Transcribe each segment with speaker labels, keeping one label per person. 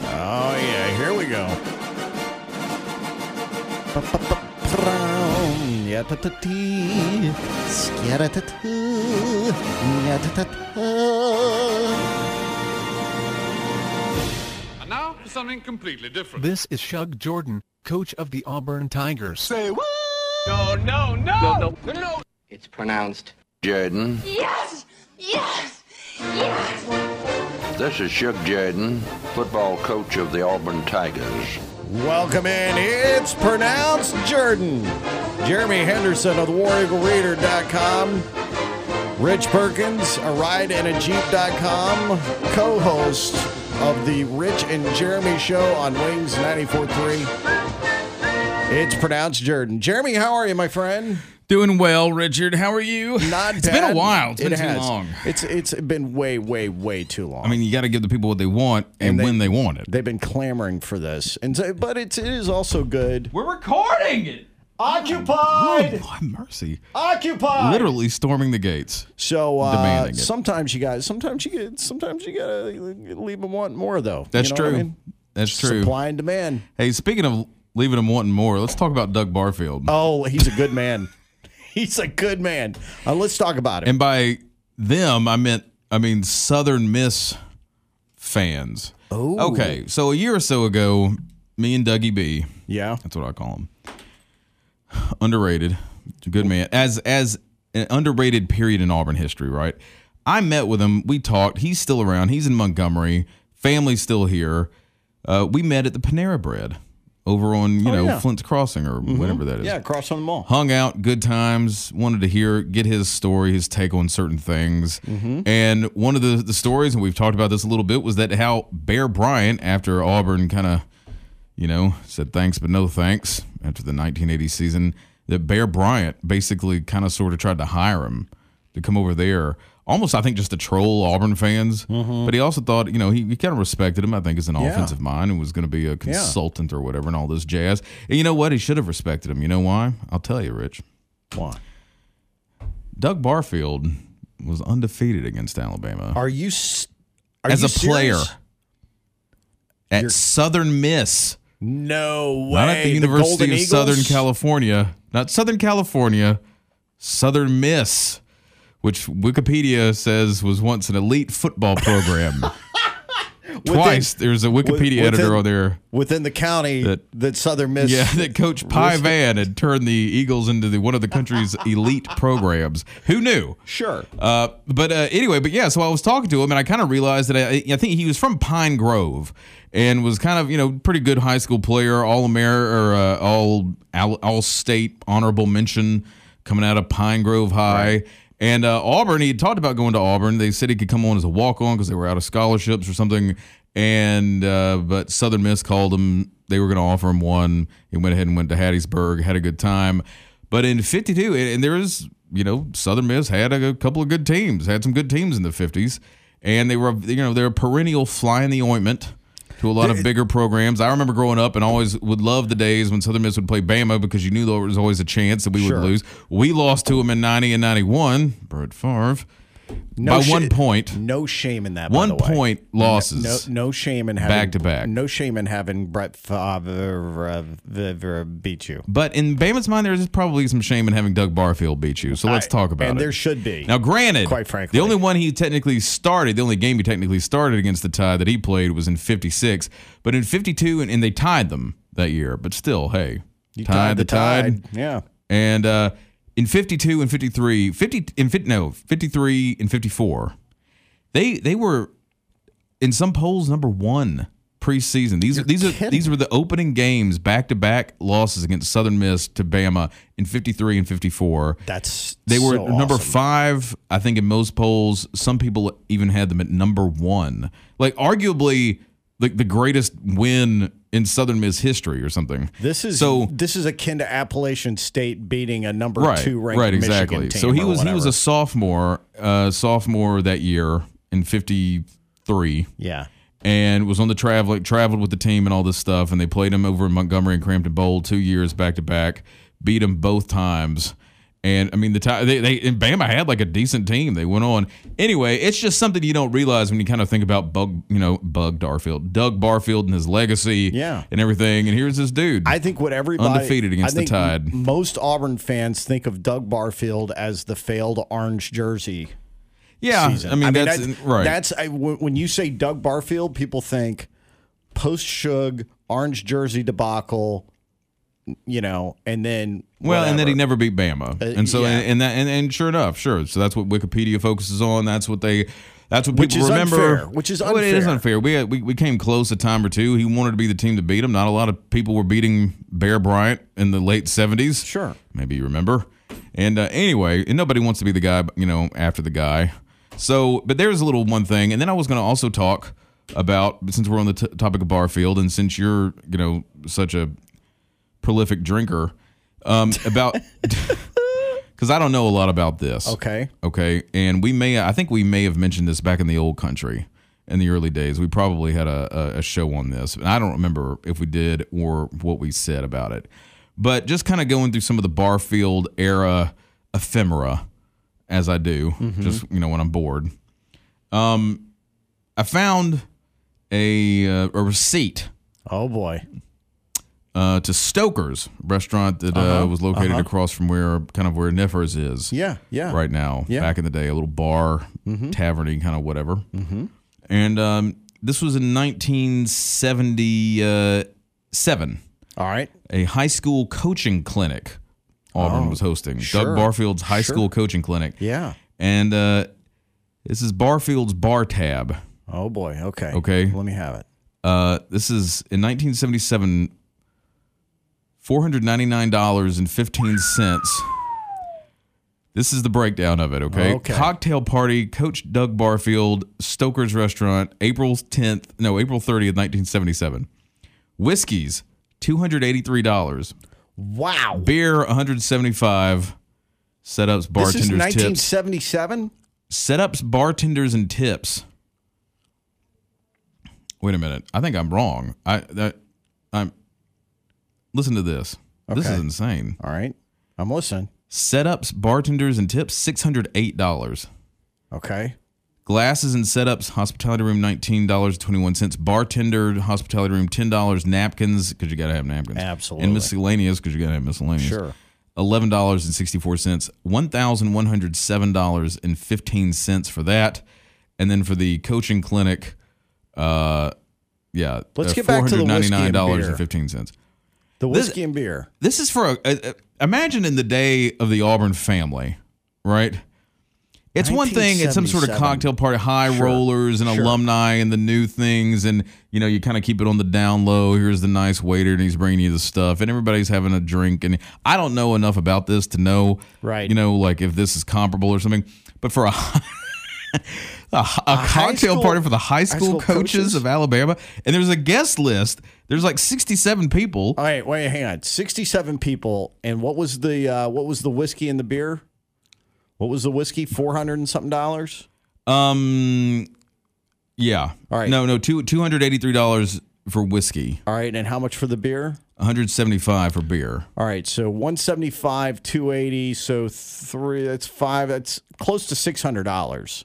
Speaker 1: Oh, you go.
Speaker 2: And now for something completely different.
Speaker 3: This is Shug Jordan, coach of the Auburn Tigers.
Speaker 2: Say what?
Speaker 4: No, no, no, no, no,
Speaker 5: It's pronounced
Speaker 6: Jaden.
Speaker 7: Yes! Yes! Yes!
Speaker 6: This is Shug Jaden, football coach of the Auburn Tigers.
Speaker 1: Welcome in. It's pronounced Jordan. Jeremy Henderson of the War Eagle Reader.com. Rich Perkins, a ride in a Jeep.com, co host of the Rich and Jeremy show on Wings 94.3. It's pronounced Jordan. Jeremy, how are you, my friend?
Speaker 8: Doing well, Richard. How are you?
Speaker 1: Not
Speaker 8: It's
Speaker 1: bad.
Speaker 8: been a while. It's been
Speaker 1: It
Speaker 8: too
Speaker 1: has.
Speaker 8: long.
Speaker 1: It's it's been way, way, way too long.
Speaker 8: I mean, you got to give the people what they want and,
Speaker 1: And they-
Speaker 8: when they want it.
Speaker 1: they've been clamoring for this, and so, but it's it is also good.
Speaker 8: We're recording it.
Speaker 1: Occupied,
Speaker 8: Oh, mercy.
Speaker 1: occupied.
Speaker 8: Literally storming the gates.
Speaker 1: So uh,
Speaker 8: Demanding it.
Speaker 1: sometimes you guys, sometimes you get, sometimes you gotta leave them wanting more though. You
Speaker 8: That's
Speaker 1: know what
Speaker 8: true.
Speaker 1: I mean?
Speaker 8: That's true.
Speaker 1: Supply and demand.
Speaker 8: Hey, speaking of leaving them wanting more, let's talk about Doug Barfield.
Speaker 1: Oh, he's a good man. he's a good man. Uh, let's talk about him.
Speaker 8: and by them, I meant, I mean, Southern Miss fans. Oh. Okay. So a year or so ago, me and Dougie B,
Speaker 1: yeah.
Speaker 8: That's what I call him. Underrated, good man. As as an underrated period in Auburn history, right? I met with him. We talked. He's still around. He's in Montgomery. Family's still here. Uh, we met at the Panera Bread over on you know
Speaker 1: Oh, yeah. Mm-hmm.
Speaker 8: Flint's Crossing or whatever that is.
Speaker 1: Yeah, across on the mall.
Speaker 8: Hung out, good times. Wanted to hear, get his story, his take on certain things. And one of the the stories, and we've talked about this a little bit, was that how Bear Bryant, after Auburn, kind of you know, said thanks but no thanks after the 1980 season. That Bear Bryant basically kind of sort of tried to hire him to come over there, almost I think just to troll Auburn fans. But he also thought, you know, he, he kind of respected him. I think as an offensive mind and was going to be a consultant or whatever and all this jazz. And you know what? He should have respected him. You know why? I'll tell you, Rich.
Speaker 1: Why?
Speaker 8: Doug Barfield was undefeated against Alabama
Speaker 1: Are you s- are
Speaker 8: as
Speaker 1: you
Speaker 8: a player
Speaker 1: serious?
Speaker 8: at Southern Miss.
Speaker 1: No way.
Speaker 8: Not at the University
Speaker 1: Golden
Speaker 8: of
Speaker 1: Eagles?
Speaker 8: Southern California. Not Southern California, Southern Miss, which Wikipedia says was once an elite football program. Twice there's a Wikipedia
Speaker 1: within-
Speaker 8: editor on there.
Speaker 1: within the county that,
Speaker 8: That-
Speaker 1: Southern Miss.
Speaker 8: Yeah, that Coach Pi Van had turned the Eagles into the, one of the country's elite programs. Who knew?
Speaker 1: Sure.
Speaker 8: Uh, but uh, anyway, but yeah, so I was talking to him and I kind of realized that I, I think he was from Pine Grove and was kind of, you know, pretty good high school player, all American or uh, all, all all state honorable mention coming out of Pine Grove High. And uh, Auburn, he had talked about going to Auburn. They said he could come on as a walk on because they were out of scholarships or something. And uh, but Southern Miss called him. They were going to offer him one. He went ahead and went to Hattiesburg, had a good time. But in 52, and, and there is, you know, Southern Miss had a, couple of good teams, had some good teams in the 50s. And they were, you know, they're a perennial fly in the ointment to a lot of bigger programs. I remember growing up and always would love the days when Southern Miss would play Bama because you knew there was always a chance that we would lose. We lost to them in 90 and 91, Brett Favre, by
Speaker 1: sh-
Speaker 8: one point.
Speaker 1: No shame in that. by
Speaker 8: One
Speaker 1: the way.
Speaker 8: point losses.
Speaker 1: No, no shame in having
Speaker 8: Back to back.
Speaker 1: No shame in having Brett uh, Favre beat you.
Speaker 8: But in Bama's mind, there's probably some shame in having Doug Barfield beat you. So let's
Speaker 1: I-
Speaker 8: talk about
Speaker 1: and
Speaker 8: it.
Speaker 1: there should be.
Speaker 8: Now, granted,
Speaker 1: Quite frankly.
Speaker 8: the only one he technically started, the only game he technically started against the tie that he played was in 56. But in 52, and, and they tied them that year. But still, hey,
Speaker 1: You
Speaker 8: tied, the tide.
Speaker 1: Yeah.
Speaker 8: And uh, in 52 and 53, 50 in fif- no, 53 and 54, they they were in some polls number 1 preseason. These are these are
Speaker 1: kidding.
Speaker 8: these were the opening games back-to-back losses against Southern Miss to Bama in 53 and 54.
Speaker 1: That's
Speaker 8: They were
Speaker 1: so
Speaker 8: number
Speaker 1: awesome.
Speaker 8: five, I think, in most polls. Some people even had them at number one, like arguably like the greatest win in Southern Miss history or something.
Speaker 1: This is
Speaker 8: so
Speaker 1: This is akin to Appalachian State beating a number two ranked
Speaker 8: right,
Speaker 1: Michigan
Speaker 8: exactly.
Speaker 1: team
Speaker 8: so he
Speaker 1: or
Speaker 8: was he was
Speaker 1: whatever.
Speaker 8: a sophomore, uh, sophomore that year in '53,
Speaker 1: yeah.
Speaker 8: and was on the travel traveled with the team and all this stuff, and they played him over in Montgomery and Crampton Bowl two years back to back, beat him both times, And I mean, the ti- they, they and Bama had like a decent team. They went on anyway. It's just something you don't realize when you kind of think about Bug, you know, Bug Darfield, Doug Barfield, and his legacy,
Speaker 1: Yeah.
Speaker 8: and everything. And here's this dude.
Speaker 1: I think what everybody
Speaker 8: Undefeated
Speaker 1: I
Speaker 8: against the
Speaker 1: think
Speaker 8: Tide.
Speaker 1: m- Most Auburn fans think of Doug Barfield as the failed orange jersey
Speaker 8: yeah,
Speaker 1: season.
Speaker 8: Ah, I mean, that's, right.
Speaker 1: That's I, when when you say Doug Barfield, people think post Shug orange jersey debacle, you know, and then
Speaker 8: Well, and then he
Speaker 1: whatever.
Speaker 8: never beat Bama,
Speaker 1: Uh,
Speaker 8: and so
Speaker 1: yeah.
Speaker 8: and, and that and, and sure enough, sure. So that's what Wikipedia focuses on. That's what they. That's what people
Speaker 1: Which is
Speaker 8: remember.
Speaker 1: unfair. Which is
Speaker 8: Oh, it is
Speaker 1: unfair.
Speaker 8: unfair. We, we we came close a time or two. He wanted to be the team to beat him. Not a lot of people were beating Bear Bryant in the late seventies.
Speaker 1: Sure.
Speaker 8: maybe you remember. And uh, anyway, and nobody wants to be the guy, you know, after the guy. So, but there's a little one thing, and then I was going to also talk about since we're on the t- topic of Barfield, and since you're you know such a prolific drinker um, about because I don't know a lot about this.
Speaker 1: okay.
Speaker 8: Okay. And we may, I think we may have mentioned this back in the old country in the early days. We probably had a, a, a show on this, and I don't remember if we did or what we said about it. But just kind of going through some of the Barfield era ephemera as I do, just, you know, when I'm bored. Um, I found a, uh, a receipt
Speaker 1: Oh boy.
Speaker 8: uh, to Stoker's restaurant that uh, was located across from where kind of where Niffers is.
Speaker 1: Uh-huh. Yeah. Yeah.
Speaker 8: Right now,
Speaker 1: Yeah. Mm-hmm.
Speaker 8: back in the day, a little bar, taverny kind of whatever. Mm-hmm. And um, this was in 1977,
Speaker 1: All right.
Speaker 8: a high school coaching clinic Auburn was hosting.
Speaker 1: Oh, sure.
Speaker 8: Doug Barfield's high
Speaker 1: Sure.
Speaker 8: school coaching clinic.
Speaker 1: Yeah.
Speaker 8: And uh, this is Barfield's bar tab.
Speaker 1: Oh boy. Okay.
Speaker 8: Okay.
Speaker 1: Let me have it.
Speaker 8: Uh, this is in 1977, four hundred ninety nine dollars and fifteen cents. This is the breakdown of it. Okay?
Speaker 1: Okay.
Speaker 8: cocktail party, Coach Doug Barfield, Stoker's Restaurant, April tenth, no, April thirtieth, nineteen seventy seven. Whiskeys, two hundred eighty three dollars.
Speaker 1: Wow.
Speaker 8: Beer, one hundred seventy five. Setups,
Speaker 1: This is
Speaker 8: bartenders, tips.
Speaker 1: 1977.
Speaker 8: Setups, bartenders, and tips. Wait a minute. I think I'm wrong. I that I'm listen to this. This
Speaker 1: Okay.
Speaker 8: is insane.
Speaker 1: All right. I'm listening.
Speaker 8: Setups, bartenders, and tips, six hundred eight dollars.
Speaker 1: Okay.
Speaker 8: Glasses and setups, hospitality room nineteen dollars twenty one cents. Bartender, hospitality room ten dollars. Napkins because you gotta have napkins.
Speaker 1: Absolutely.
Speaker 8: And miscellaneous because you gotta have miscellaneous.
Speaker 1: Sure.
Speaker 8: Eleven dollars and sixty four cents. One thousand one hundred seven dollars and fifteen cents for that, and then for the coaching clinic, uh, yeah,
Speaker 1: Let's
Speaker 8: uh,
Speaker 1: get back to the whiskey and
Speaker 8: $499
Speaker 1: beer.
Speaker 8: fifteen cents.
Speaker 1: The
Speaker 8: This-
Speaker 1: whiskey and beer.
Speaker 8: This is for a, a, a- imagine in the day of the Auburn family, right? It's one thing at some sort of
Speaker 1: 1977.
Speaker 8: cocktail party, high rollers and alumni and the new things, and you know you kind of keep it on the down low. Here's the nice waiter, and he's bringing you the stuff, and everybody's having a drink. And I don't know enough about this to know,
Speaker 1: Right.
Speaker 8: You know, like if this is comparable or something. But for a a, a cocktail
Speaker 1: school-
Speaker 8: party for the high
Speaker 1: school
Speaker 8: school, coaches,
Speaker 1: coaches?
Speaker 8: of Alabama, and there's a guest list. There's like 67 people.
Speaker 1: All right, wait, hang on. Sixty-seven people, and what was the uh, what was the whiskey and the beer? What was the whiskey? Four hundred and something dollars.
Speaker 8: Um, yeah.
Speaker 1: All right.
Speaker 8: No, no. Two two hundred eighty three dollars for whiskey.
Speaker 1: All right, and how much for the beer?
Speaker 8: One hundred seventy five for beer.
Speaker 1: All right, so one seventy-five, two eighty. So three. That's five. That's close to six hundred dollars,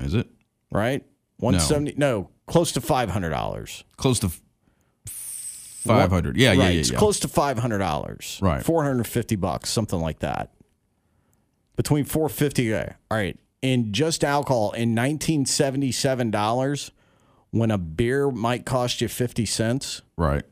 Speaker 8: Is it
Speaker 1: right? One seventy. No. close to five hundred dollars.
Speaker 8: close to five hundred? Yeah,
Speaker 1: Right.
Speaker 8: yeah, yeah,
Speaker 1: It's
Speaker 8: yeah.
Speaker 1: close to five hundred dollars.
Speaker 8: Right.
Speaker 1: Four hundred and fifty bucks, something like that. Between four fifty. All right. In just alcohol, in nineteen seventy seven dollars, when a beer might cost you fifty cents,
Speaker 8: Right.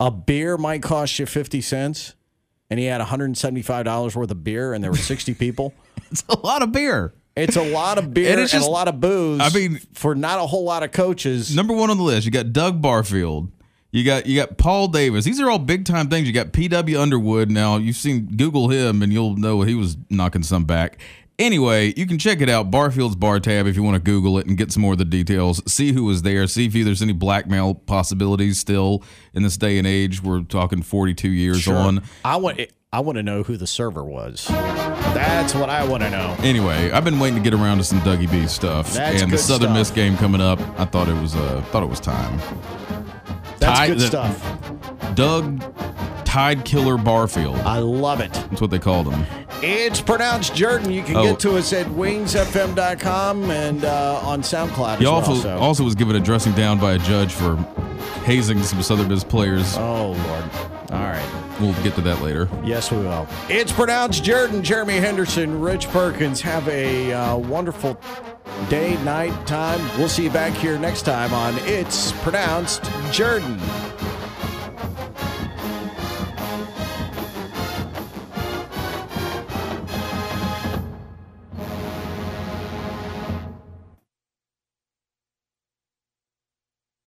Speaker 1: a beer might cost you fifty cents, and he had one hundred and seventy five dollars worth of beer, and there were sixty people.
Speaker 8: It's a lot of beer.
Speaker 1: It's a lot of beer
Speaker 8: And
Speaker 1: and,
Speaker 8: it's just-
Speaker 1: a lot of booze.
Speaker 8: I mean-
Speaker 1: for not a whole lot of coaches.
Speaker 8: Number one on the list. You got Doug Barfield. You got you got Paul Davis. These are all big time things. You got P.W. Underwood. Now you've seen Google him, and you'll know he was knocking some back. Anyway, you can check it out Barfield's bar tab if you want to Google it and get some more of the details. See who was there. See if there's any blackmail possibilities still in this day and age. We're talking 42 years on.
Speaker 1: I want. I want to know who the server was. That's what I want to know.
Speaker 8: Anyway, I've been waiting to get around to some Dougie B stuff
Speaker 1: That's
Speaker 8: and the
Speaker 1: good
Speaker 8: Southern
Speaker 1: stuff.
Speaker 8: Miss game coming up. I thought it was uh, thought it was time.
Speaker 1: That's
Speaker 8: Ty-
Speaker 1: good
Speaker 8: the-
Speaker 1: stuff.
Speaker 8: Doug Tide Killer Barfield.
Speaker 1: I love it.
Speaker 8: That's what they called him.
Speaker 1: It's pronounced Jordan. You can
Speaker 8: Oh.
Speaker 1: get to us at wingsfm.com and uh, on SoundCloud as
Speaker 8: He
Speaker 1: well.
Speaker 8: also,
Speaker 1: so-
Speaker 8: also was given a dressing down by a judge for hazing some Southern Miss players.
Speaker 1: oh, Lord. All right.
Speaker 8: We'll get to that later.
Speaker 1: Yes, we will. It's pronounced Jordan, Jeremy Henderson, Rich Perkins. Have a uh, wonderful day, night, time. We'll see you back here next time on It's Pronounced Jordan.